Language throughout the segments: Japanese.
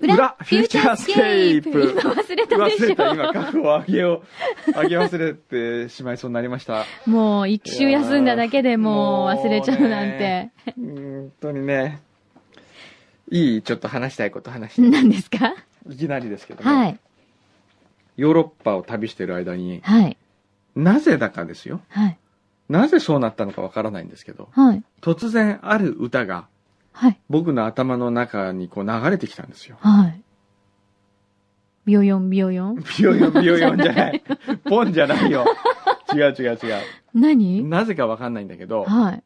裏フューチャースケープ今忘れたで忘しれた、今、ょ。覚悟を上げよう。上げ忘れてしまいそうになりました。もう一週休んだだけでもう忘れちゃうなんいやて。うーん本当にね、いい、ちょっと話したいこと話して、何ですかいきなりですけども、はい。ヨーロッパを旅してる間に、はい。なぜだかですよ。はい。なぜそうなったのかわからないんですけど、はい。突然ある歌がはい。僕の頭の中にこう流れてきたんで すよ。はい。ビヨヨン、ビヨヨン。ビヨヨン、ビヨヨンじゃない。ポンじゃないよ。違う違う違う。何なぜかわかんないんだけど、はい。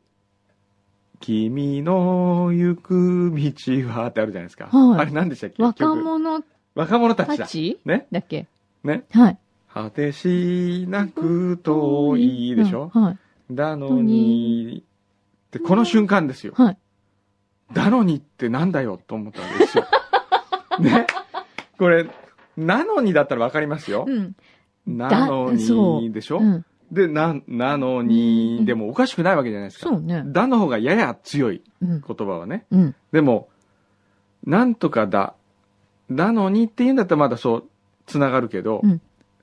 君の行く道はってあるじゃないですか。はいあれ何でしたっけ若曲者若者たちだた。ちねだっけねはい。果てしなく遠いでしょ、うんはい。だのに、ってこの瞬間ですよ。はい。だのにってなんだよと思ったんで すよ。ね。これ、なのにだったらわかりますよう。ん。なのそうにでしょ、うん。で、な、なのうんに、でもおかしくないわけじゃないですか。そうね。だの方がやや強いうん。言葉はね。うん。でも、なんとかだ、なのにっていうんだったらまだそう、つながるけど、うん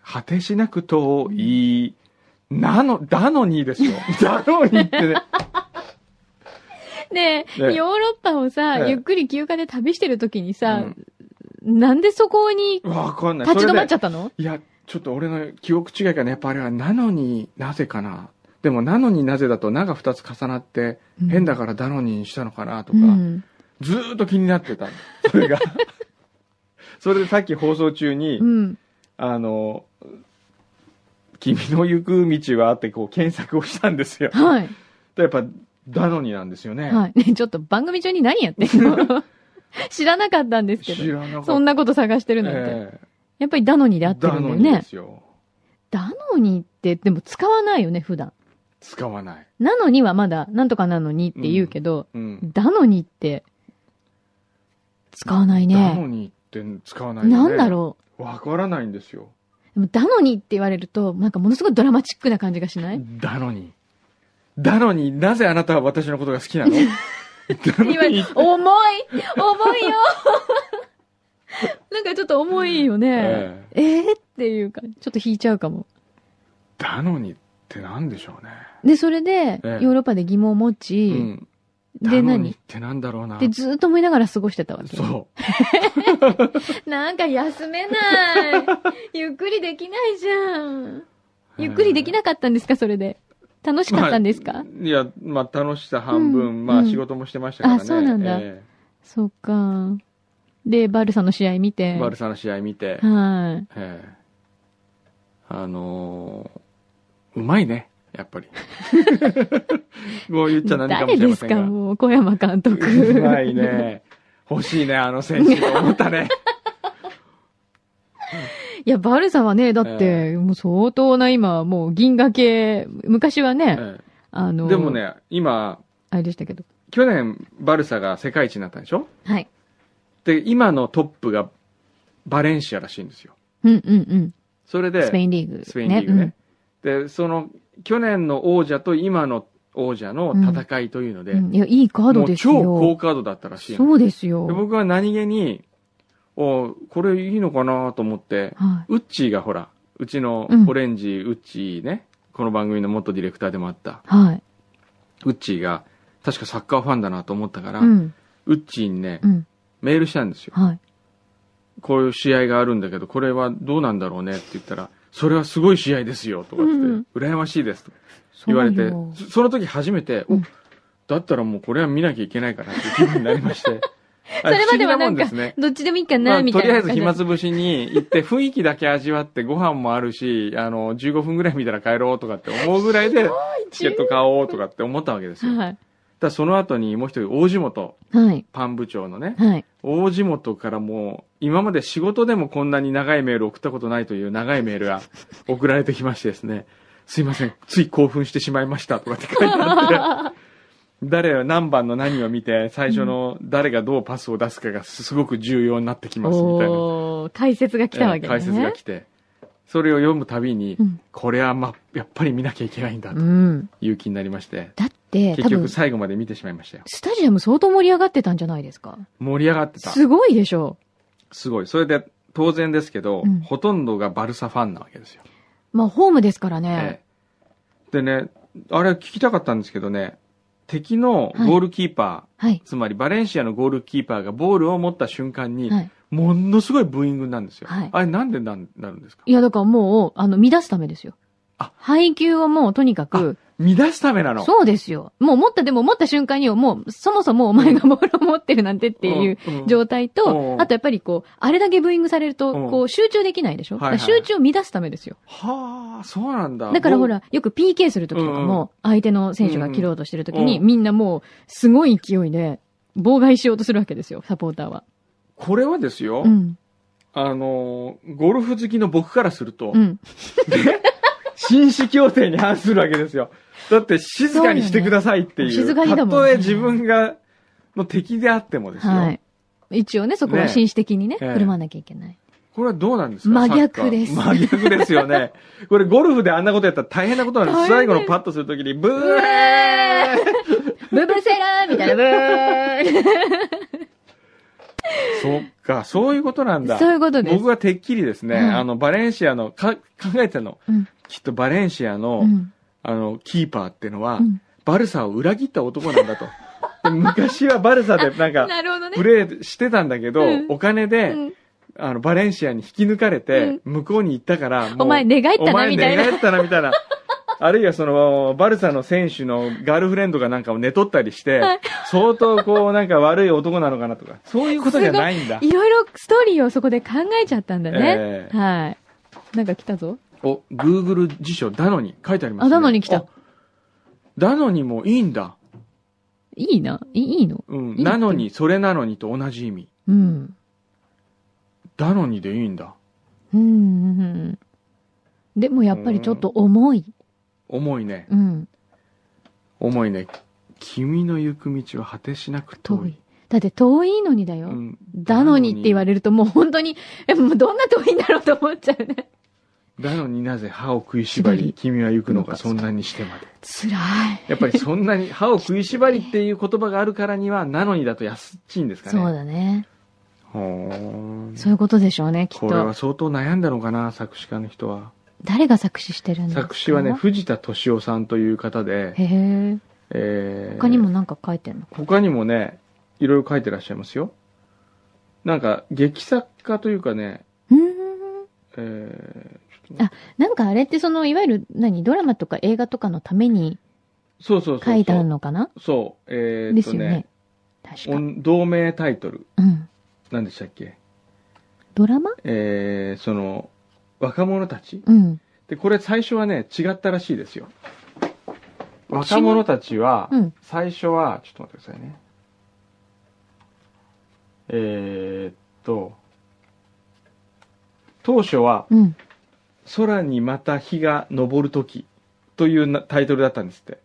果てしなく遠い、なの、だの にですよ。だのにってね。ねえ、ねヨーロッパをさ、ねえゆっくり休暇で旅してるときにさ、うんなんでそこにわかんない。立ち止まっちゃゃったのいや、ちょっと俺の記憶違いかね。やっぱあれは、なのになぜかな。でも、なのになぜだと、なが二つ重なって、変だからだのににしたのかなとか、うんずーっと気になってたの。そ れが。それでさっき放送中に、うん。あの、君の行く道はってこう検索をしたんですよ。はい。やっぱ、ダノニなんですよね。はい。ね、 ちょっと番組中に何やってん の知らなかったんですけ知ど。らなかった。そんなこと探してるなんて。えやっぱりダノニで合えってるんだよダノニでね。すよ。ダノニって、でも使わないよね、普段。使わない。なのにはまだ、なんとかなのにって言うけど、うん。ダノニって、使わないダね。ノニって使わないよね。なんだろう。わからないんですよ。う。でもダノニって言われると、なんかものすごいドラマチックな感じがしないダノニ。ダノニ、なぜあなたは私のことが好 きなのダノ今重いニ重いよ なんかちょっと重いよね。えええー、っていうか、ちょっと引いちゃうかも。ダノニって何でしょうね。で、それで、ヨええーロッパで疑問を持ち、うん。で、ダノニ何ってなんだろうなで、。ずーっと思いながら過ごしてたわけ。そう。なんか休め ない。ゆっくりできないじゃん。ゆっくりできなかったんですか、それで。楽しかったんですか、まあいや、まあ、楽しさ半分、うんまうあ、ん仕事もしてましたからね。あそうなんだえそうか。で、バルサの試合見えて。バルサの試合見て、はい。ええあのーうまいね、やっ ぱり。もう言っちゃ何か誰もしれでますせんか、が。もう、小山監督。うまいね。欲しいね、あの選手と思ったね。 いや、バルサはね、だって、えもう相当な今、もう銀河系、昔はね、えあえの、でも、ね、今、あれでしたけど。去年、バルサが世界一になったでしょはい。で、今のトップがバレンシアらしいんですよ。うんうんそれうん。で、スペインリーグ、ね。スペインリーグね。で、その、去年の王者と今の王者の戦いというので、うんうんいや、いいカーもドうです超よ。高カードだったらしいの。そうですでよ。僕は何気に、おこれいいのかなと思って、はウッチーがほら、うちのうんオレンジ、ウッチーね、この番組の元ディレクターでもあった、い。はい。ウッチーが、確かサッカーファンだなと思ったから、うん。ウッチーにねう、ん。メールしたんですよ。はい。こういう試合があるんだけど、これはどうなんだろうねって言ったら、それはすごい試合ですよ、とか言って、うん羨ましいです、とそう言われてよ、そその時初めて、うんおだったらもうこれは見なきゃいけないかなっていう気分になりまして。そ それまではなんか、ね。どっちでもいいかまな、あ、みとたいりなあえ感じ。ず暇つぶしに行って、雰囲気だけ味わって、ご飯もあるし、あの、15分ぐらい見たら帰ろうとかって思うぐらいで、チケット買おうとかって思ったわけですよ。はい。だその後にもう一人、大地元、はい。パン部長のね、はい。大地元からもう、今まで仕事でもこんなに長いメール送ったことないという長いメ ールが送られてきましてですね、すいません、つい興奮してしまいましたとかって書いてあって、誰が何番の何を見て、最初の誰がどうパスを出すかがすごく重要になってきますみたいな。おー、解説が来たわけでえーすね。解説が来て、それを読むたびに、うんこれは、ま、やっぱり見なきゃいけないんだうとん。いう気になりまして、だって、多結分局、最後まで見てしまいましたよ。スタジアム相当盛り上がってたんじゃないですか。盛り上がってた。すごいでしょすごい。それで、当然ですけど、うんほとんどがバルサファンなわけですよ。う。まあ、ホームですからね。ええでね、あれ聞きたかったんですけどね、敵のゴールキーパー、はい。つまりバレンシアのゴールキーパーがボールを持った瞬間に、はい。ものすごいブーイングなんですよ。はいあれなんでなんなるんですかいや、だからもう、あの、乱すためですよ。あ配球をもう、とにかく、乱すためなの。そうですよ。もう持った、でも持った瞬間にはもう、そもそもお前がボールを持ってるなんてっていううんうん状態うと、んあとやっぱりこう、あれだけブーイングされるとうん、こう、集中できないでしょはいはいだから集中を乱すためですよ。はあ、そうなんだ。だからほもら、よく PK するときとかも、相手の選手が切ろうとしてるときに、うんみんなもう、すごい勢いで、妨害しようとするわけですよ、サポーターは。う、これはですよ、うん。あのー、ゴルフ好きの僕からすると、うん。紳士協定に反するわけですよ。だって静かにしてくださいっていう。そうよね静かにだもんたねとえ自分が、の敵であってもですよ。はい。一応ね、そこはね紳士的にね、ええ振る舞わなきゃいけない。これはどうなんですか真逆サッカーです真逆ですよね。これゴルフであんなことやったら大変なことなんです。大変最で後すのパッとするときに、ブうーえー ブブセラーみたいな、ブーそっか、そういうことなんだ。そういうことです僕。はてっきりですね、はいあの、バレンシアの、か、考えたの。うんきっとバレンシアの、うんあの、キーパーってのは、うんバルサを裏切った男なんだと。で昔はバルサでなんか、なるほどねプ。レーしてたんだけど、うんお金で、うんあの、バレンシアに引き抜かれて、向こうに行ったから、もうお前、寝返ったな、みたいお前寝な。返ったな、みたいな。あるいはその、バルサの選手のガールフレンドがなんかを寝取ったりして、相当こう、なんか悪い男なのかなと か、そういうことじゃないんだ。いろいろストーリーをそこで考えちゃったんだねえ。えはい。なんか来たぞ。お、Google 辞書、ダノに書いてありますね。あダノに来たお。ダノにもいいんだ。いいな。いいいいのうん。いいなのに、それなのにと同じ意味。うん。ダノにでいいんだ。うんうんうん。でもやっぱりちょっと重い。重いね。うん。重いね。君の行く道は果てしなく遠い。遠い。だって遠いのにだよ。うん。だのにって言われるともう本当に、え、もうどんな遠いんだろうと思っちゃうね。だのになぜ歯を食いしば縛りり君は行くのかそんなにしてまで辛い。やっぱりそんなに歯を食いしばりっていう言葉があるからにはなのにだと安っちいんですかねそうだね。ほーんそういうことでしょうね、きっこれはと。相当悩んだのかな作詞家の人は誰が作詞してるんですか作詞はね藤田敏夫さんという方で、へえ。えー他にもなんか書いてんの他にもねいろいろ書いてらっしゃいますよなんか劇作家というかね、うーん。えーなんかあれってその、いわゆる、何、ドラマとか映画とかのためにそうそうそうそう書いてあるのかなそうえーでっとすよね。確おか。ん同名タイトルうん。何でしたっけドラマえーその若者たちうん。でこれ最初はね違ったらしいですよ若者たちはうん。最初はちょっと待ってくださいねえーっと当初はうん。 「空にまた日が昇る時」というなタイトルだったんですって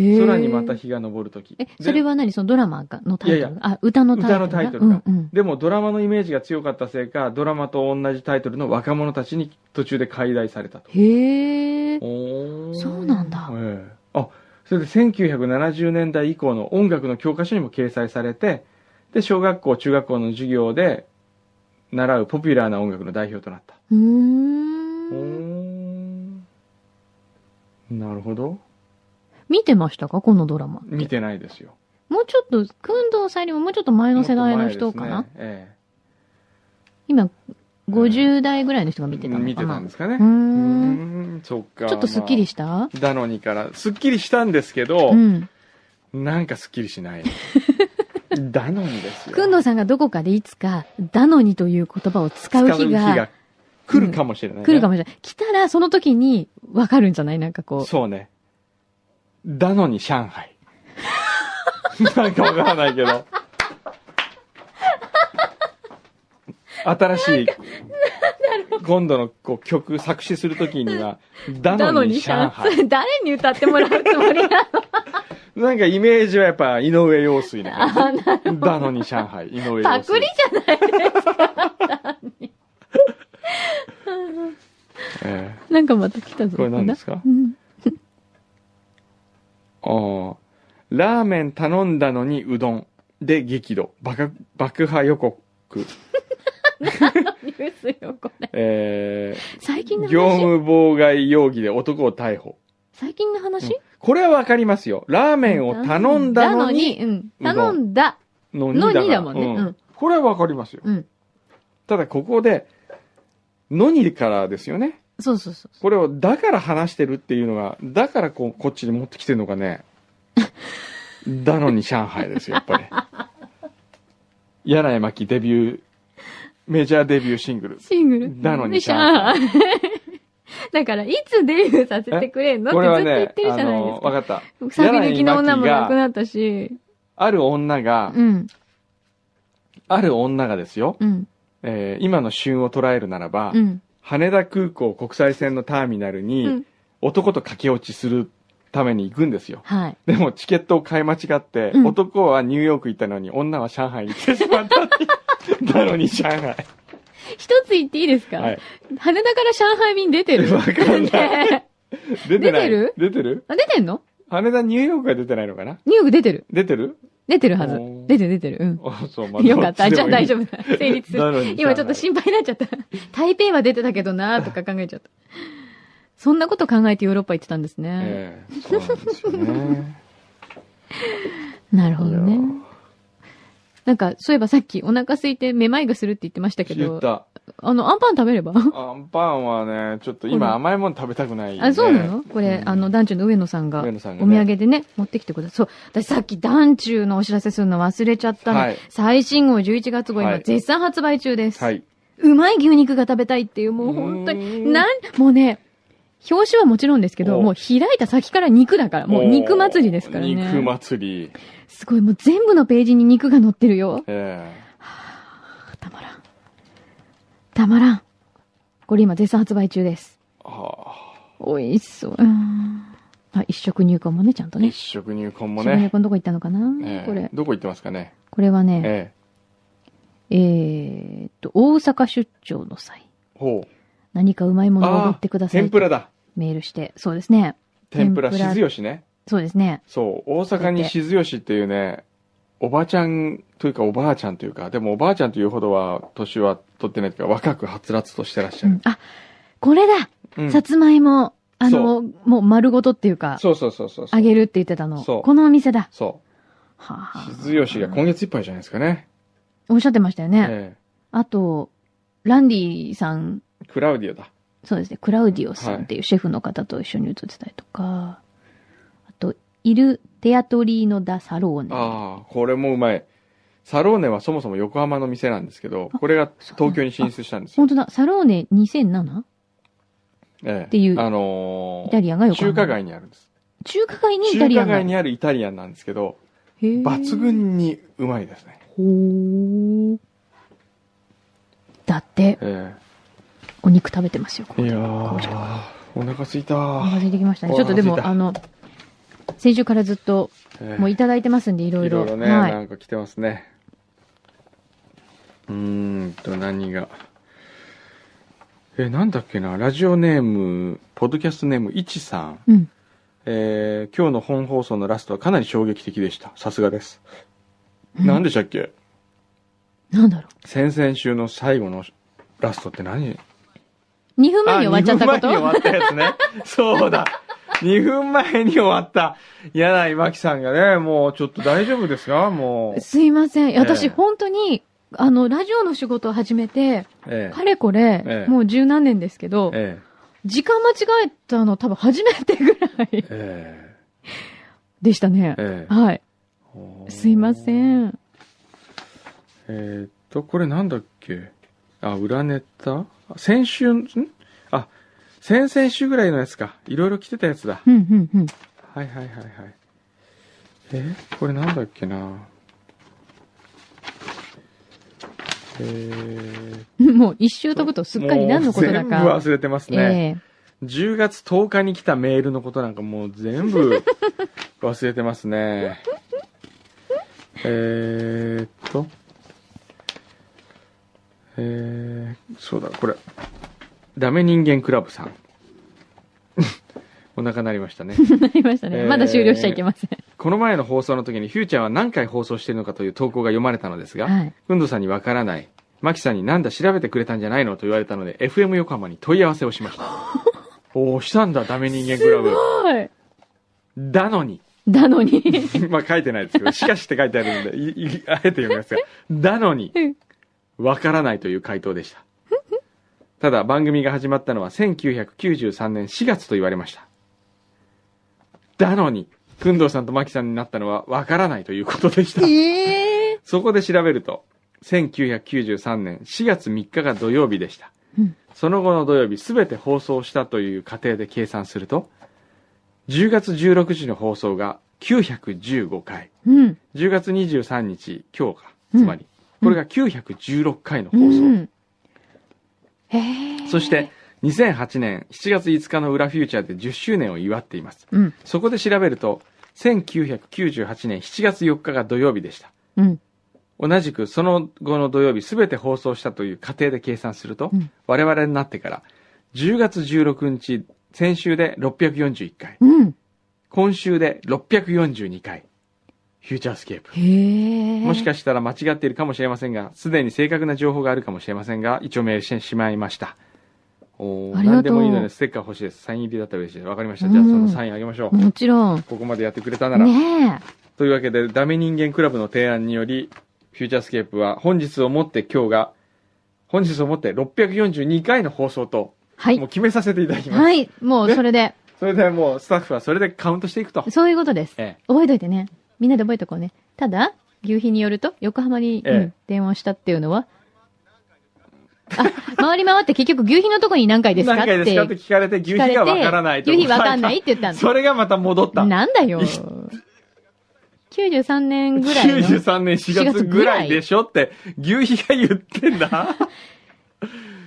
へ「え。空にまた日が昇る時」えで、それは何そのドラマがのタイトルいやいやあ、歌のタイトルが歌のタイトルがうんうん。でもドラマのイメージが強かったせいかドラマと同じタイトルの若者たちに途中で解体されたとへえ。そうなんだええあそれで1970年代以降の音楽の教科書にも掲載されてで小学校中学校の授業で習うポピュラーな音楽の代表となったうーおん。ーなるほど見てましたかこのドラマ。見てないですよもうちょっと、くんどうさんよりももうちょっと前この世代の人かな、え今、50代ぐらいの人がえ見てたのかな見てたんですかねうー。うんーんそっかちょっとスッキリしした、たダノニからスッキリしたんですけど、うん。なんかスッキリしないダノニで すよくんどうさんがどこかでいつか、だのにという言葉を使う日が来るかもしれない、ね来るかもしれない。来たら、その時にわかるんじゃないなんかこう。そうね。だのに上海。 なんかわからないけど。新しい、今度のこう曲作詞するときには、だなののにに上さ、海そ。れ誰に歌ってもらうつもり なのなんかイメージはやっぱ井上陽水の感じ。だのに上海、井上陽水。パクリじゃないえなんかまた来たぞ。これ何ですかうんえああ。ラーメン頼んだのにうどん。で激怒。爆、爆破予告。ニュースよ、これ。え最近ーの業話務妨害容疑で男を逮捕。最近の話これはわかりますよ。ラーメンを頼んだのに、、うんうどん頼んだ。ののににだだももんんねね。ううんんこれはわかりますよ。うん。ただここで、のにからですよね。そうそうそう。これを、だから話してるっていうのが、だからこう、こっちに持ってきてるのが ね、だのに上海ですよ、やっぱり。柳井真紀デビュー、メジャーデビューシングル。シングル。なのにで上海。 だから、いつデビューさせてくれんのこれっはてずっと言ねって、るあじゃないですの、わか。かった。サビ抜きの女もなく柳井真紀がなったし。ある女が、うん。ある女がですよ、うん。えー今の旬を捉えるならば、うん。羽田空港国際線のターミナルうにん男と駆け落ちするために行くんですよ。はい。でもチケットを買い間違って、うん男はニューヨーク行ったのに女は上海に行ってしまったって。 なのに上海。一つ言っていいですか、はい。羽田から上海便出てる。わかんなね出てな出てい。る出てる あ出てんの羽田ニューヨークは出てないのかなニューヨーク出てる。出て る出てるはずお。ー出てる出てる。うん。あ、そう、まよかった。じゃあ大丈夫。夫 だ。成立する。なのに今ちょっと心配になっちゃった。台北は出てたけどなーとか考えちゃった。そんなこと考えてヨーロッパ行ってたんですね。ええそうなんですよね。なるほどいやね。なんか、そういえばさっきお腹空いてめまいがするって言ってましたけ言っど、た。あの、アンパン食べればアンパンはね、ちょっとほら今甘いもの食べたくない、ね。あ、そうなのこれ、うんあの、団中の上野さんが、上野さんがおね土産でね、持ってきてください。そう。私さっき団中のお知らせするの忘れちゃったの。はい最新号11月号、は今い絶賛発売中です。はい。うまい牛肉が食べたいっていう、もう本当うに、ーんなん、もうね、表紙はもちろんですけど、おもう開いた先から肉だから、もう肉祭りですからね。肉祭り。すごい、もう全部のページに肉が載ってるよ。えたまらん。たまらん。これ今絶賛発売中です。えは美味しそう。うーんあ、一食入魂もね、ちゃんとあ、一ね。食入魂も一食入ね。魂どこ行ったのかな、ええこれ。どこ行ってますかね。これはね、ええーっと、大阪出張の際、えほ何かうまいもう。のを送っああてくだー、さい。天ぷらだ。メールして。そうですね。天ぷら、天ぷら静吉ね。そうですね。そう、大阪に静吉っていうね、おばちゃんというかおばあちゃんというか、でもおばあちゃんというほどは、年は取ってないというか、若くはつらつとしてらっしゃうるん。あ、これだうんさつまいも、あその、もう丸ごとっていうか、そうそうそうそうそあう。げるって言ってたの。そうこのお店だ。そはう。あ静吉が今月いっぱいじゃないですかね。おっしゃってましたよね。えあと、ランディさん、えクラウディオだ。そうですね、クラウディオさんっていうシェフの方と一緒に写ってたりとか、あと、イル・テアトリーノ・ダ・サローネ。ああ、これもうまい。サローネはそもそも横浜の店なんですけど、これが東京に進出したんですよ本。当だ、サローネ 2007? っていうあのーイタリアンが横浜中華街にあるんです。中華街にイタ中リア華ンがあ街る。にあるイタリアンなんですけど、へー抜。群にうまいですね。ほーだって、えお肉食べてますよ、こえこいでやー、お腹すいたお腹ー。空いてきましたね。おちょっとでおも、腹あの、先週からずっと、ええもういただいてますんで、いろいいろ。ろいろね、は。ないんか来てますね。うーんと、何が。え、なんだっけな、ラジオネーム、ポッドキャストネーム、いちさん。うん。えー今日の本放送のラストはかなり衝撃的でした。さすがです。何でしたっけなんだろ先々週の最後のラストって何う。2分前に終わっちゃったこあ2分と前に終わったやつね。 そうだ。2分前に終わった。柳井真紀さんがね、もうちょっと大丈夫ですかもう。すいません。私、ええ本当に、あの、ラジオの仕事を始めて、えかれこれ、ええもう十何年ですけど、え時間間違えたの多分初めてぐらいええでしたねえ。えはい。えすいません。ん。えーっと、これなんだっけあ、裏ネタ先週、んあ、先々週ぐらいのやつか。いろいろ来てたやつだ。うん、うん、うん。はいはいはいはい。えこれなんだっけなえー、 もう一周飛ぶとすっかり何のことだもうか。全部忘れてますえね、え10月10日に来たメールのことなんかもう全部忘れてますねえーっとえー、そうだこれダメ人間クラブさん お腹鳴りましたね なりましたね。えーまだ終了しちゃいけません。この前の放送の時にフューチャーは何回放送しているのかという投稿が読まれたのですが、はい。うんどさんにわからない。マキさんになんだ調べてくれたんじゃないのと言われたので、FM 横浜に問い合わせをしま した。おお、したんだ、ダメ人間クラブ。はい。だのに。だのに。 まあ書いてないですけど、しかしって書いてあるんで、いいあえて読みますが、だのにうん、わからないという回答でした。ただ、番組が始まったのは1993年4月と言われました。だのに、くんどうさんとまきさんになったのはわからないということでした。ええそこで調べると、1993年4月3日が土曜日でした。うんその後の土曜日、すべて放送したという過程で計算すると、10月16日の放送が915回、うん。 10月23日、今日か、うんつまり、これが916回の放送。うん。ええそして、、2008年7月5日の裏フューチャーで10周年を祝っています。うん。そこで調べると、1998年7月4日が土曜日でした。うん。同じくその後の土曜日全て放送したという過程で計算すると、うん我々になってから10月16日先週で641回うん。今週で642回フューチャースケープへえ。もしかししたら間違っているかもしれませんがすでに正確な情報があるかもしれませんが一応メールしてしまいましたおーありがとう何でもいいのでステッカー欲しいですサイン入りだったら嬉しいですわかりましたじゃあうんそのサインあげましょう、もちろん。ここまでやってくれたなら、ねというわけで、ダメ人間クラブの提案により、フューチャースケープは本日をもって今日が、本日をもって642回の放送と、え。はもうい。決めさせていただきます。はい。もうねそれで、それでもうスタッフはそれでカウントしていくと。そういうことです。え覚えといてね。みんなで覚えとこうね。ただ、牛皮によると、横浜に、ええうん電話したっていうのは、あ、回り回って結局牛皮のとこに何回え。ですかっ何て回ですかって聞聞かれて、牛皮かれて、がわからないと。牛皮わかんないって言ったんそれがまた戻った。だ。なんだよい。 93年ぐらいの。 93年4月ぐらいでしょって、牛皮が言って んだ。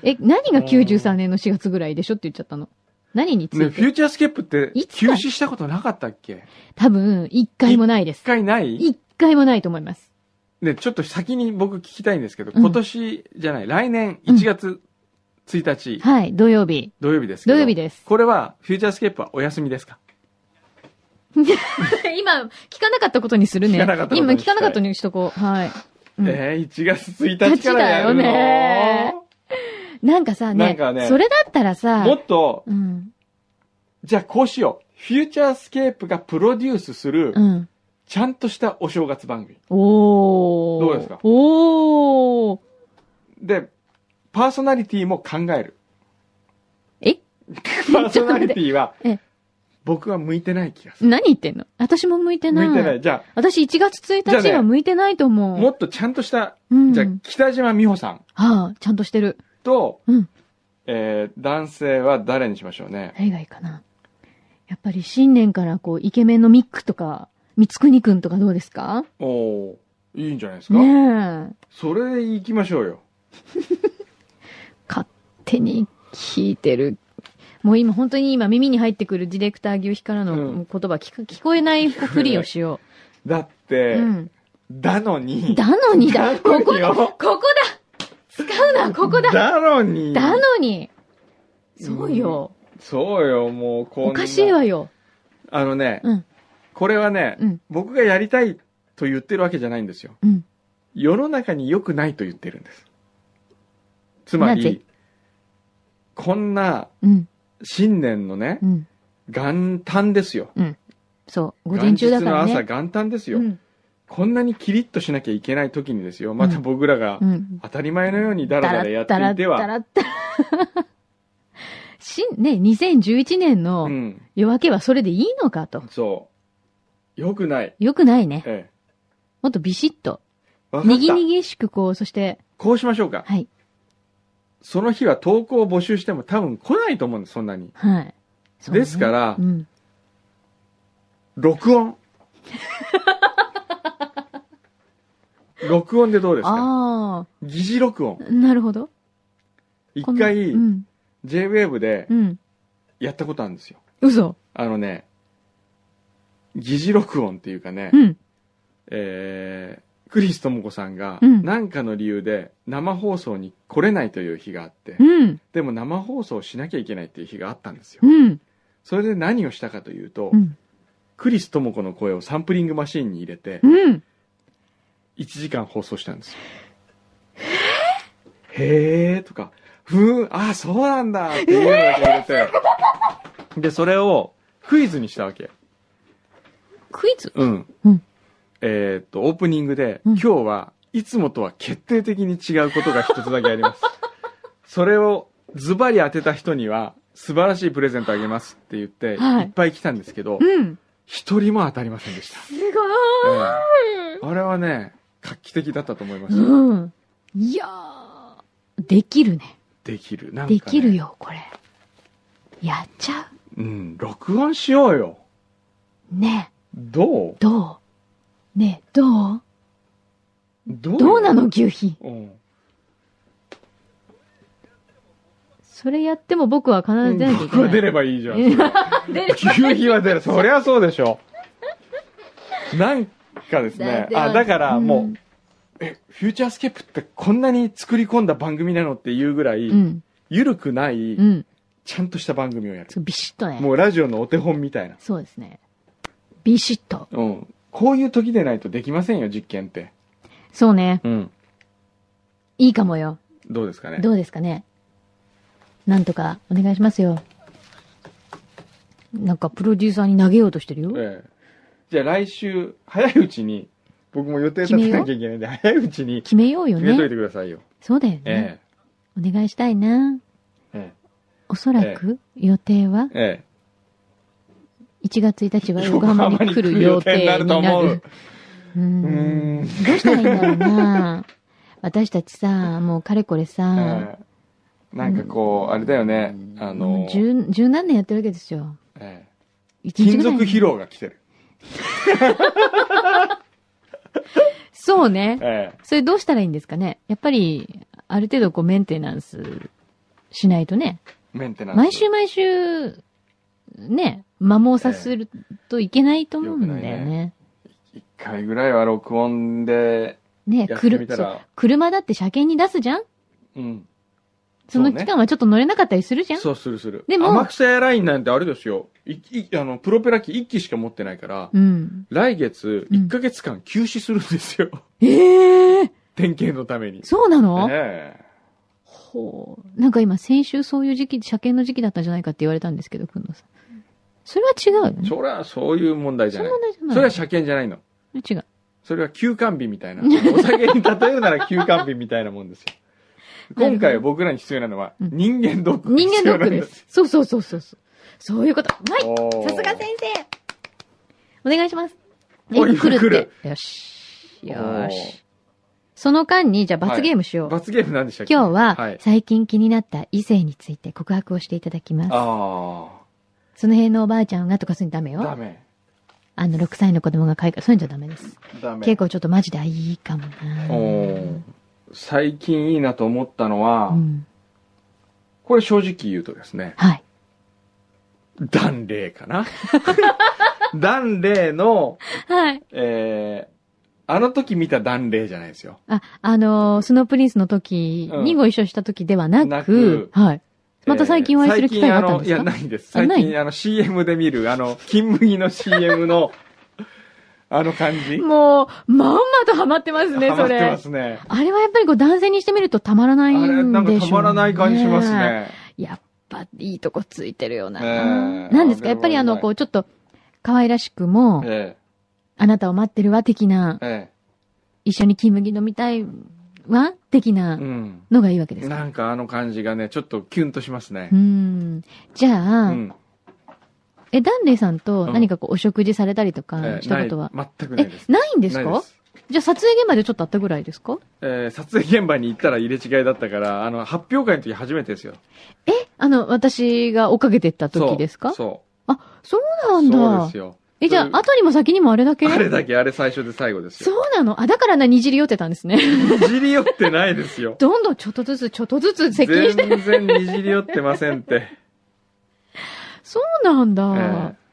え、何が93年の4月ぐらいでしょって言っちゃったの何につね、いフュてーチャースケープってい、つか休止したことなかったっけ多分、一回もないで一す。回ない一回もないと思います。ね、ちょっと先に僕聞きたいんですけど、うん今年じゃない、来年1月1日、はい、土曜日。土曜日ですけど。土曜日ですこれは、フューチャースケープはお休みですか 今、聞かなかったことにするね。聞かなかったことに今、したい聞かなかったことにしとこう。はい。うんえー、1月1日からやるの1日だよねなんかさ、なねんかねそれだったらさ、もっと、うん。じゃあこうしよう。フューチャースケープがプロデュースするう、ん。ちゃんとしたお正月番組。おー。どうですかおー。で、パーソナリティも考える。え パーソナリティはええ、僕は向いてない気がす る。何言ってんの私も向いてな向い。いてない。じゃ私1月じゃ1あ日ねは向いてないとあ、思う。もっとちゃんとした、うん。じゃあ、北島美穂さん。はあ、ちゃんとしてる。と、うんえー男性は誰にしましょうね。何がいいかな。やっぱり新年からこう、イケメンのミックとか、ミツクニくんとかどうですかおおいいんじゃないですか、ねえ。それで行きましょうよ。勝手に聞いてる。もう今本当に今耳に入ってくるディレクター牛皮からのうん言葉聞く、聞こえないふりをしよだっう。て、うん。だのに、だのにだ。だこのこによだ。ここだ。使うな、ここだ。だだのに。のに。そうよ。そうよ、もうこんなおかしいわよ。あのね、うんこれはね、うん僕がやりたいと言ってるわけじゃないんですよ。うん。世の中に良くないと言ってるんです。つまなぜり、こんなうん。新年のねう、ん。元旦ですよ。そう。午前中だからね。元日の朝、元旦ですよ。うん。こんなにキリッとしなきゃいけない時にですよ。また僕らがうん。当たり前のようにダラダラやっていてだは、らだらだらだらしん、ね、2011年うのん、夜明けはそれでいいのかと。そう。よくない。よくないね。ええ。もっとビシッと。わかっにぎたにぎしくこう、そして、こうしましょうか。はい。その日は投稿を募集しても多分来ないと思うんです、そんなに。はい。そうねですから うん。録音。録音でどうですかあ疑似録音あ、なるほど。こ一んな回う、ん。 JWAVE でうん。やったことあるんですよ。嘘。あのね、疑似録音っていうかね、うん。えー、クリスともこさんが、うん何かの理由で生放送に来れないという日があって、うん。でも生放送しなきゃいけないっていう日があったんですよ。うん。それで何をしたかというと、うん。クリスともこの声をサンプリングマシーンに入れて、うん。 1時間放送したんですよ。へーとか、ふーん、あー、そうなんだっていうのだけ入れ て、で、それをクイズにしたわけ。クイズうん。うんえーっと、オープニングで、うん今日はいつもとは決定的に違うことが一つだけあり ます。それをズバリ当てた人には、素晴らしいプレゼントあげますって言って、はいい、っぱい来たんですけど、うん。一人も当たりませんでした。すごえーえい。あれはね、画期的だったと思います。うん。いやー、できるね。できる。なんか、できる。よ、これ。やっちゃうん、録音しようよ。う。ねどうえ、どうねえ、どうどうどうなの、牛皮。うん。それやっても僕は必ず出なきゃいけ僕はない。出ればいいじゃん。 出る牛皮は出る。そりゃそうでしょ。なんかですね。あ、だからもう、んえ、フューチャースケープってこんなに作り込んだ番組なのっていうぐらい、うん。ゆるくない、うん。ちゃんとした番組をやる。そう、ビシッとね。もうラジオのお手本みたいな。そうですね。ビシッと。うん。こういう時でないとできませんよ、実験って。そうね。うん。いいかもよ。どうですかね。どうですかね。なんとか、お願いしますよ。なんか、プロデューサーに投げようとしてるよ。ええじゃあ来週、早いうちに、僕も予定立てなきゃいけないんで、早いうちに決めようよ決めといね。てくださいよ。そうだよね。えお願いしたいな。えおそらく、予定はえ、え1月1日はえ。横浜に来る予定になる。う。 うーうーん。ん。どうしたらいいんだろうな。 私たちさ、もうかれこれさ、ええなんかこう、あれだよね。もあのう、十十何年やってるわけですよ。ええ一日金ぐらい属疲労が来てる。そうね。ええ。それどうしたらいいんですかねやっぱり、ある程度こうメンテナンスしないとね。メンテナンス。毎週毎週、ね、摩耗させるといけないと思うんだよええよくないね。一回ぐらいは録音で、ね、やって車みたら、車だって車検に出すじゃんうん。その期間はちょっと乗れなかったりするじゃんそうするする。でも天草エアラインなんてあれですよ。いいあの、プロペラ機1機しか持ってないから、うん。来月うん1ヶ月間休止するんですよ。 ええ点検のために。そうなの、えほう。なんか今、先週そういう時期、車検の時期だったんじゃないかって言われたんですけど、くんのさん。それは違うよえね。それはそういう問題じそゃんな。ない話じゃない。それは車検じゃないの。違う。それは休館日み たいな。お酒に例えるなら休館日みたいなもんですよ。今回僕らに必要なのはうん人間ドック。人間ドックです。。そうそうそうそうそう。そういうこと。はいおーさすが先生お願いします。おえ今来るって来よし。おーよーし。その間に、じゃあ罰ゲームしよう。罰ゲームなんでしたっけ今日は、はい。最近気になった異性について告白をしていただきます。あその辺のおばあちゃんがとかそういうのダメあ、ダよ。メ。あの、6歳の子供がかいから、そういうんじゃダメです。ダメ。結構ちょっとマジでいいかもおなー。最近いいなと思ったのは、うん。これ正直言うとですね、はい。ダンレイ かな。ダンレイの、はい。えー、あの時見たダンレイじゃないですよ。あ、あのースノープリンスの時にご一緒した時ではななくく、はい。また最近お会いする機会があったんですかえー最近あのいや、ないんです。あ最ない近、あの、CM で見る、あの、金麦の CM の、あの感じ。もう、まんまとハマってますね、ハマそってれま。すね。あれはやっぱりこう男性にしてみるとたまらなあいんでしょれ、う、ね。なんかたまらない感じします。ね。やっぱいいとこついてるよな。ねえなんですかあやれはっぱりあうの、まいこう、ちょっと、可愛らしくも、えあなたを待ってるわ、的なえ、、え一緒に金麦飲みたいわ、的え、なうん。のがいいわけですかなんかあの感じがね、ちょっとキュンとしますねう。ん。じゃあ、うん。え、ダンレイさんとうん何かこう、お食事されたりとかええしたことは、ない全くなえいです。ないんですないかじゃあ撮影現場でちょっとあったぐらいですかえー撮影現場に行ったら入れ違いだったから、あの、発表会の時初めてですよ。あの、私が追っかけてった時ですかそう。あ、そうそなんうだ。ですよ。え、じゃあ、後にも先にもあれだけあれだけ、あれ最初で最後ですそよ。うなのあ、だからな、にじり寄ってたんですね。 にじり寄ってないですよ。どんどんちょっとずつ、ちょっとずつ 接近して。全然にじり寄ってませんって。そうなんだ。ええ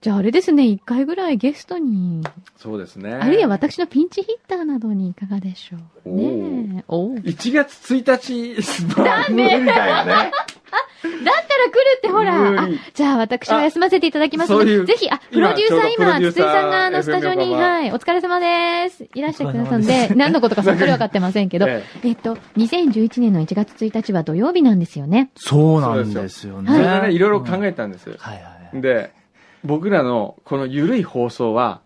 じゃあ、あれですね、一回ぐらいゲストに、そうですね。あるいは私のピンチヒッターなどにいかがでしょう。おーねえ。おー1月1日、まあ、無理だよね。だったら来るってほら。あ無理じゃあ私は休ませていただきますのあそういで、うぜひ、あ、プロ今デューサーちょうど今、プロデュー筒井サーさんがあの、スタジオ FM に、横浜はい、お疲れ様です。いらしてくださんお疲れ様で、何のことかさっぱりわかってま せんけど、ええっと、2011年の1月1日は土曜日なんですよね。そうなんですよね。えそれでね、いろいろ考え、えたんです。はいはいはい。で、僕らのこの緩い放送は、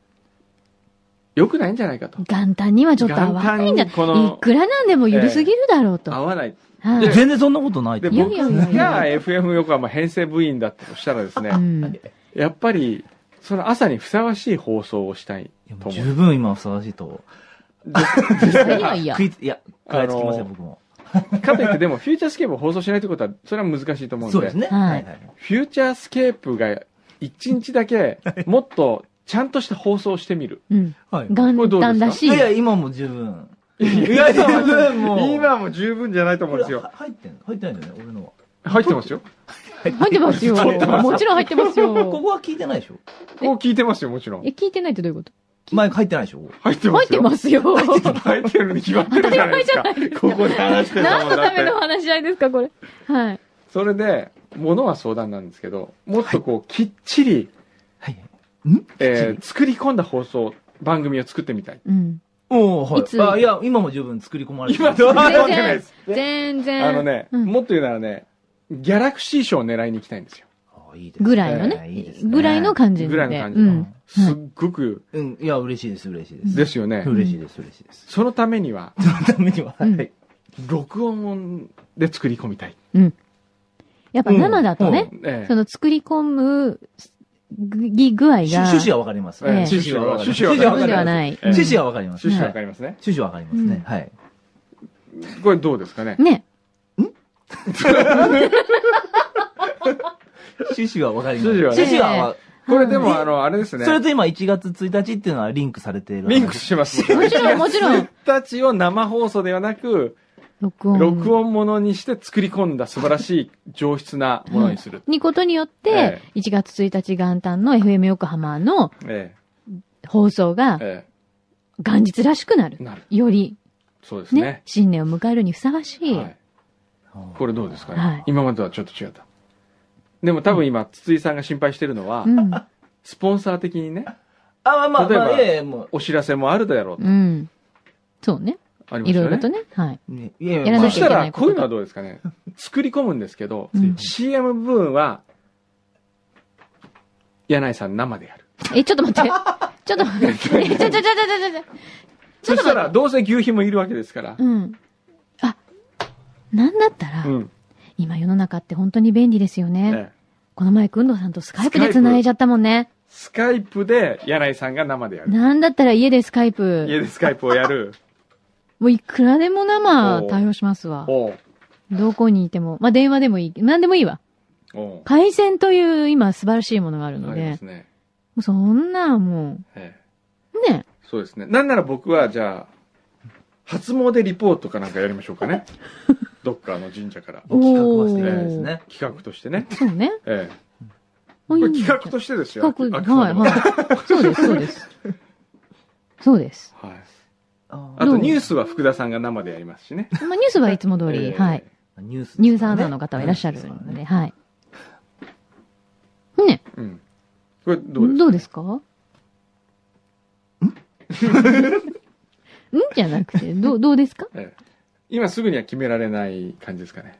良くないんじゃないかと。元旦にはちょっと合わないんじゃ元旦にこのいくらなんでも緩すぎるだろうと。合はわない。いで全然そんなことないとで、思う僕いやいやいがや FM 横浜編成部員だったとしたらですねう、んやっぱり、その朝にふさわしい放送をしたいいやもとう思十う。分今ふさわしいと。いやいや食。いつ、いや、食らいつきませあのん、僕も。かといってでも、フューチャースケープを放送しないということは、それは難しいと思うんで。そうですね。はいいい。フューチャースケープが一日だけもっとちゃんとした放送をしてみる。うん。はい。元旦らしいい。や、今も十分。 いやいやいやもう今も十分じゃないと思うんですよ。入ってん入ってないんだよね、俺のは。入ってますよ。入ってますよ。もちろん入ってますこよ。こは聞いてないでしょこう聞いてますよ、もちろんえ、。聞いてないってどういうことマイク入ってないでしょ入ってま入っすてよ。ますよ。入ってるに決まってるじゃないですか。ここで話してるんだ何ものんただっめての。話し合いですか、これ。はい。それで、ものは相談なんですけど、もっとこう、きっちり、はい。んえー作り込んだ放送、番組を作ってみたい。うん。おおはいつあ、いや、今も十分作り込まれて今どうな全ってわけない然です。、全然。あのね、うんもっと言うならね、ギャラクシー賞を狙いに行きたいんですよ。あいいですねぐらいのいいねで。すねぐらいの感じで。ぐらいの感じうのん。すっごく、うん、いや、嬉しいです、嬉しいです。ですよね。嬉しいです、嬉しいです。そのためには、そ のためには、うんはい。録音で作り込みたい。やっぱ生だとね、ええその作り込むぎ具合しが。趣旨はわかります。ええはい趣旨は趣旨は趣旨わはかでりはます。ない。ええ趣旨はわかります。趣旨はわいかりますね。趣旨はわかりますうんね。はい。これどうですかね。ね。趣旨はわかります。趣旨はね趣旨はわ、これではいも、あの、あれですそね。れと今1月1日っていうのはリンクされている。リンクします。 もちろん、もちろん。たちを生放送ではなく、録音。録音ものにして作り込んだ素晴らしい上質なものにする。にことによってえ、 1月1日元旦の FM 横浜のえ放送がえ、え元日らしくなるえ、。なる。より、そうですねね、。新年を迎えるにふさわしい。はい。これどうですかはいね。今までとはちょっと違った。でも多分今、筒井さんが心配してるのはう、ん。スポンサー的にね、あ、まあまあ、例えばまあ、いやいや、もお知らせもあるだろうと。うん。そうね。ありまいすろいろよねと。ね。はい。う、ねいやいやや、らまなそあきしゃいたけないら、ことこういうのはどうですかね。作り込むんですけどう、ん CM 部分は、柳井さん生でやる。え、ちょっと待 って。ちょっと待って。えちょちょちょちょちょちょそちょっと待って。したら、どうせ牛皮もいるわけですから。うん。あ、なんだったら、うん。今世の中って本当に便利ですよね。ねこの前、くんどうさんとスカイプでスカイプ繋いじゃったもんね。スカイプで柳井さんが生でやる。なんだったら家でスカイ家プ。でスカイプをや る。もういくらでも生おう対応しますわ。おうどこにいても。まあ、電話でもいい。なんでもいいわ。おう回線という今素晴らしいものがあるのあで。りまもすね。うそんなもええう、ね。そうですね。なんなら僕は、じゃあ、初詣リポートかなんかやりましょう かね。どっかの神社から。企画はしていきたいですね。企画としてね。そうね。ええ。もうこいいれんじゃ企ない画としてですよ。企画、秋さんのはい、はい。そうです、そうです。そうです。はい。ああとニュースは福田さんが生でやりますしね。まあ、ニュースはいつも通り、えーはい。ニュースですからニね。ュースアナの方はいらっしゃるそうのですで、ねはい。ね、うん。これどうですどうですかん じゃなくて、どう、どうですかええ今すぐには決められない感じですかね。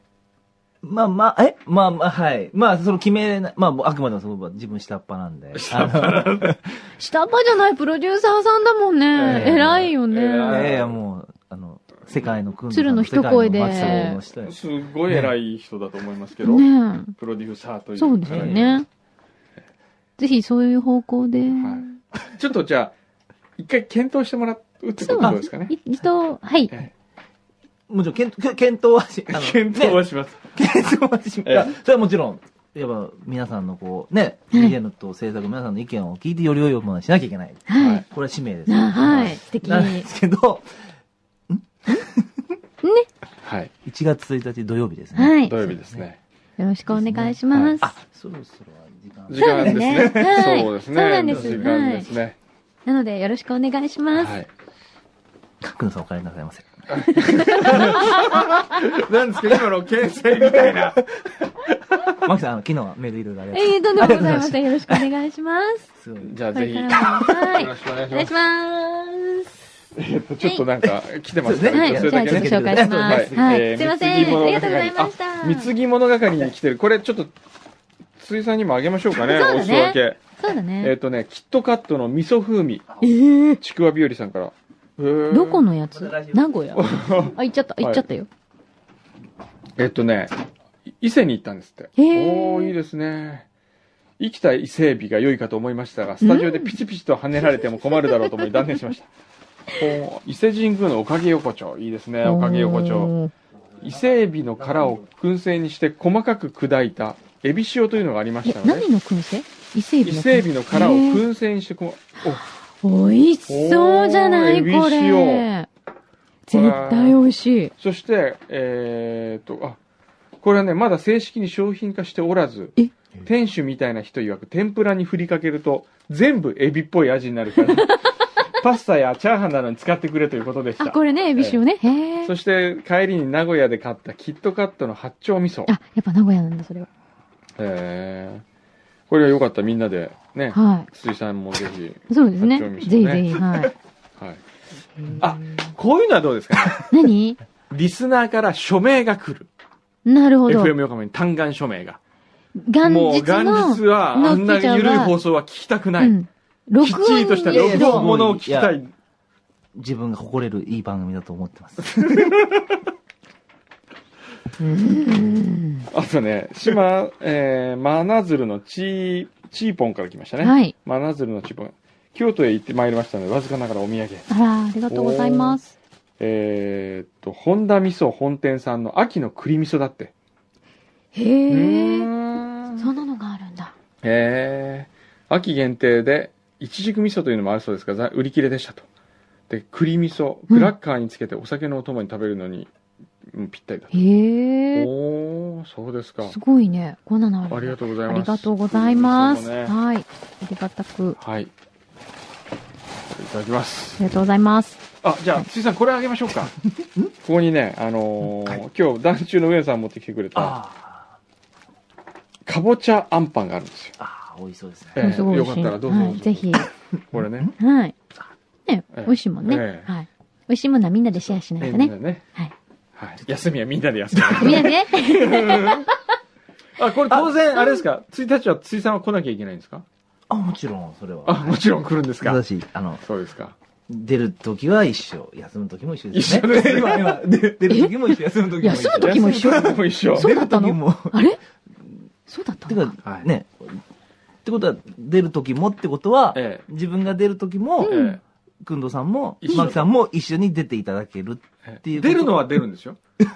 まあまあ、えまあまあ、はい。まあ、その決めな、まあ、あくまでもその自分下っ端なんで。下っ端下っ端じゃないプロデューサーさんだもんね。えー偉いよね。偉いやいや、もう、あの、世界の君鶴の一声ですごい偉い人だと思いますけど、ねプロデューサーといえう。そうですよね。ぜひそういう方向で。はい。ちょっとじゃあ、一回検討してもらうってことどうですかね。い一度、はい。えもちろん、検検討はし、あのえ検討はします。ね検討はし、いええや、それはもちろん、やっぱ皆さんのこう、ね、DJ のと制作皆さんの意見を聞いてより良いものにしなきゃいけない。はいい。これは使命です。なはい。素敵なんにで。すけど、はい。 1月1日土曜日ですね。はい。土よ曜日ですね。ろしくお願いします。はいあ、そろそろ時間。時間ですね。そそううでですすね。ねはいそうなんです時間ですね。なので、よろしくお願いします。はい。角野さんお帰りなさいませ。なんですけど、今の形成みたいな。マキさん、あの昨日はメールいろいろありがとうええとんでもございません。よろしくお願いします。すごい。じゃあこぜれひ、からよも。はい。ろしくお願いおし願まいしす。ます。えっと、ちょっとなんか、来てますははいい。ね。じゃそあれだけちょっとね紹介しまはいす。はえーい。すいません。あ貢ぎ物り係がとうございました。貢ぎ物係に来てる。これちょっと、ついさんにもあげましょうかね、そうだねお裾分け。そうだえっね。とね、キットカットの味噌風味。ええ。ちくわ日和さんから。どど このやつまた来週名古屋。あ、行っちゃった。行っちゃったよ。えっとね、伊勢に行ったんですって。へーおー、いいですね。生きた伊勢エビが良いかと思いましたが、スタジオでピチピチと跳ねられても困るだろうと思い断念しました。ほう伊勢神宮のおかげ横丁。いいですね、おかげ横丁。おー。伊勢エビの殻を燻製にして細かく砕いたエビ塩というのがありましえた、ので、何の燻製伊勢海伊老の燻製。勢エビの殻をへー燻製にしてこ、美味しそうじゃないおーこエビ塩れ。絶対美味しい。そして、えーっと、あ、これはね、まだ正式に商品化しておらずえ、店主みたいな人曰く天ぷらに振りかけると全部エビっぽい味にな るから、パスタやチャーハンなどに使ってくれということでしあ、た。これね、エビ塩ね。へえ。そして帰りに名古屋で買ったキットカットの八丁味噌あ。、やっぱ名古屋なんだ、それは。えーこれはよかった、みんなで。ね。は水産もぜひ。い。そうですね。八丁味ぜ噌ひねぜひ、はい。はい。 あ、こういうのはどうですかね何リスナーから署名が来る。なるほど。 FM 横浜に単眼署名が。元もう日元の日、は、のあんのなっけちゃんは緩い放送は聞きたくうない。ん。きっ録ちりとしたいやい録や音ものを聞きたい。自分が誇れるいい番組だと思ってます。あとね、島、えー、真鶴のチー、チーポンから来ましたね。はい。真鶴のチーポン。京都へ行ってまいりましたので、わずかながらお土産。あら、ありがとうございます。えーっと、本田味噌本店さんの秋の栗味噌だって。へえ。ーそんなのがあるんだ。へえ。秋限定で、いちじく味噌というのもあるそうですが、ざ売り切れでしたと。で、栗味噌、クラッカーにつけてお酒のお供に食べるのに、うん、ぴったりだと。へえ。おー、そうですか。すごいね。こんなのあありるんがだ。とうございあます。りがとうございます。栗味噌もねはい。ありがたく。はい。いただきますあ。りがとうございます。あ、じゃあ、ついさん、これあげましょうか。ここにね、あのー今日、団中の上野さん持ってきてくれた、あかぼちゃあんパンがあるんですよあ、。ああ、美味しそうですね。ええすごい美よ味かっしい。たらどうぞどうはぞい。ぜひ。これね。はい。ね、え美え味しいもんね。ええはい。美味しいものはみんなでシェアしないとみんねな。ね。はい。はい。休みはみんなで 休み。みんなでね。あ、これ当然、あれですか、1日はついさんは来なきゃいけないんですかあ、もちろん、それは。あ、もちろん来るんですただかし、あの、そうですか。出る時は一緒、休む時も一緒ですね。一緒ですね 今、今、で出る時も一緒、休む時も一緒。休む時も一緒休む時も一緒。そうだった出る時のも。あれそうだったてのか、はいね。ってことは、出る時もってことは、ええ自分が出る時も、ええくんどさんも一、緒まきさんも一緒に出ていただけるっていうこと。出るのは出るんですよ。 出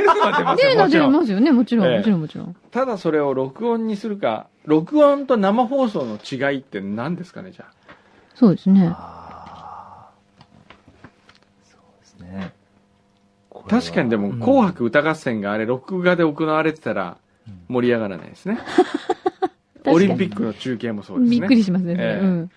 るのは出ます出よ。るのもち出ろんますよね。もちろえん、えもちろん、もちろん。ただそれを録音にするか、録音と生放送の違いって何ですかね、じゃあ。そうですね。あーそうですね。これは確かにでも、うん紅白歌合戦があれ、録画で行われてたら、盛り上がらないですね。かにオリンピックの中継もそうですびね。っくりしますね。それええうん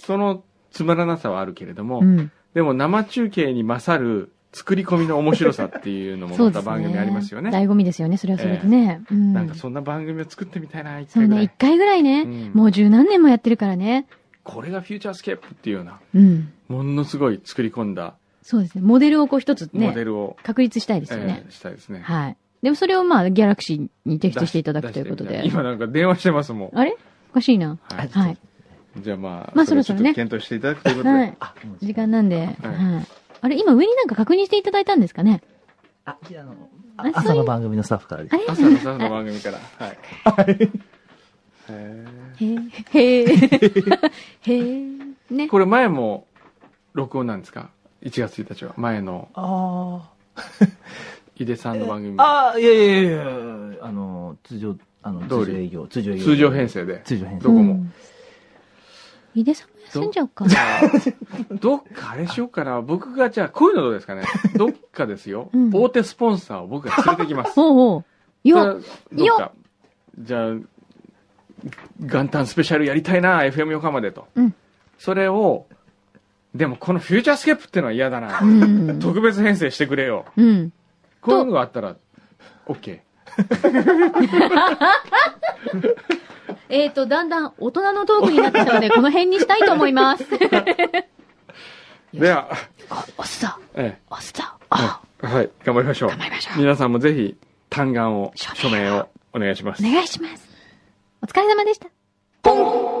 そのつまらなさはあるけれども、うん。でも生中継に勝る作り込みの面白さっていうのもそうまでたすね。番組ありますよね。醍醐味ですよね。それはそれでね。うんなんかそんな番組を作ってみたいな、一そう回ぐらね、い一回ぐらいね。うんもう十何年もやってるからね。これがフューチャースケープっていうような、うん。ものすごい作り込んだそうですね。モデルをこう一つモデね、ルを、確立したいですよえねー。したいですね。はい。でもそれをまあ、ギャラクシーに提出出していただくということ出してでみ。たい今なんか電話してますもん。あれおかしいな。はいはい。じゃあまあ、まあそろそろねれちょっと検討していただくということで。はい。あ、もう時間なんで。はいうん。あれ、今上になんか確認していただいたんですかねあ、いやあの、あそうあいう朝の番組のスタッフからですあ。れ朝の朝の番組から。はい。へへーへ ーへーねー。これ前も録音なんですか ?1 月1日は。前のあ井出さんの番組。あ。ああ、いやいやいやいやあの、通常あの、通り通常営業、通常営業。通常編。成で。通常編どこ成。もうん井出様休んじゃおうか。どっかあれしようかな。僕がじゃあ、こういうのどうですか ね。どっかですよ。うん大手スポンサーを僕が連れてきます。おうおう。よっよどっか。じゃあ、元旦スペシャルやりたいな、FM 横浜でと。うんそれを、でもこのフューチャースケープってのは嫌だなう。ん。特別編成してくれよ。うん。こういうのがあったら、OK。えっ、ー、と、だんだん大人のトークになってきたので、この辺にしたいと思い ます。では、あ、おっさ、えおっさ、あ、え、はい、頑張りましょう。頑張りましょう。皆さんもぜひ、嘆願を、署署名を名をお願いしますお。願いします。お疲れ様でした。ポン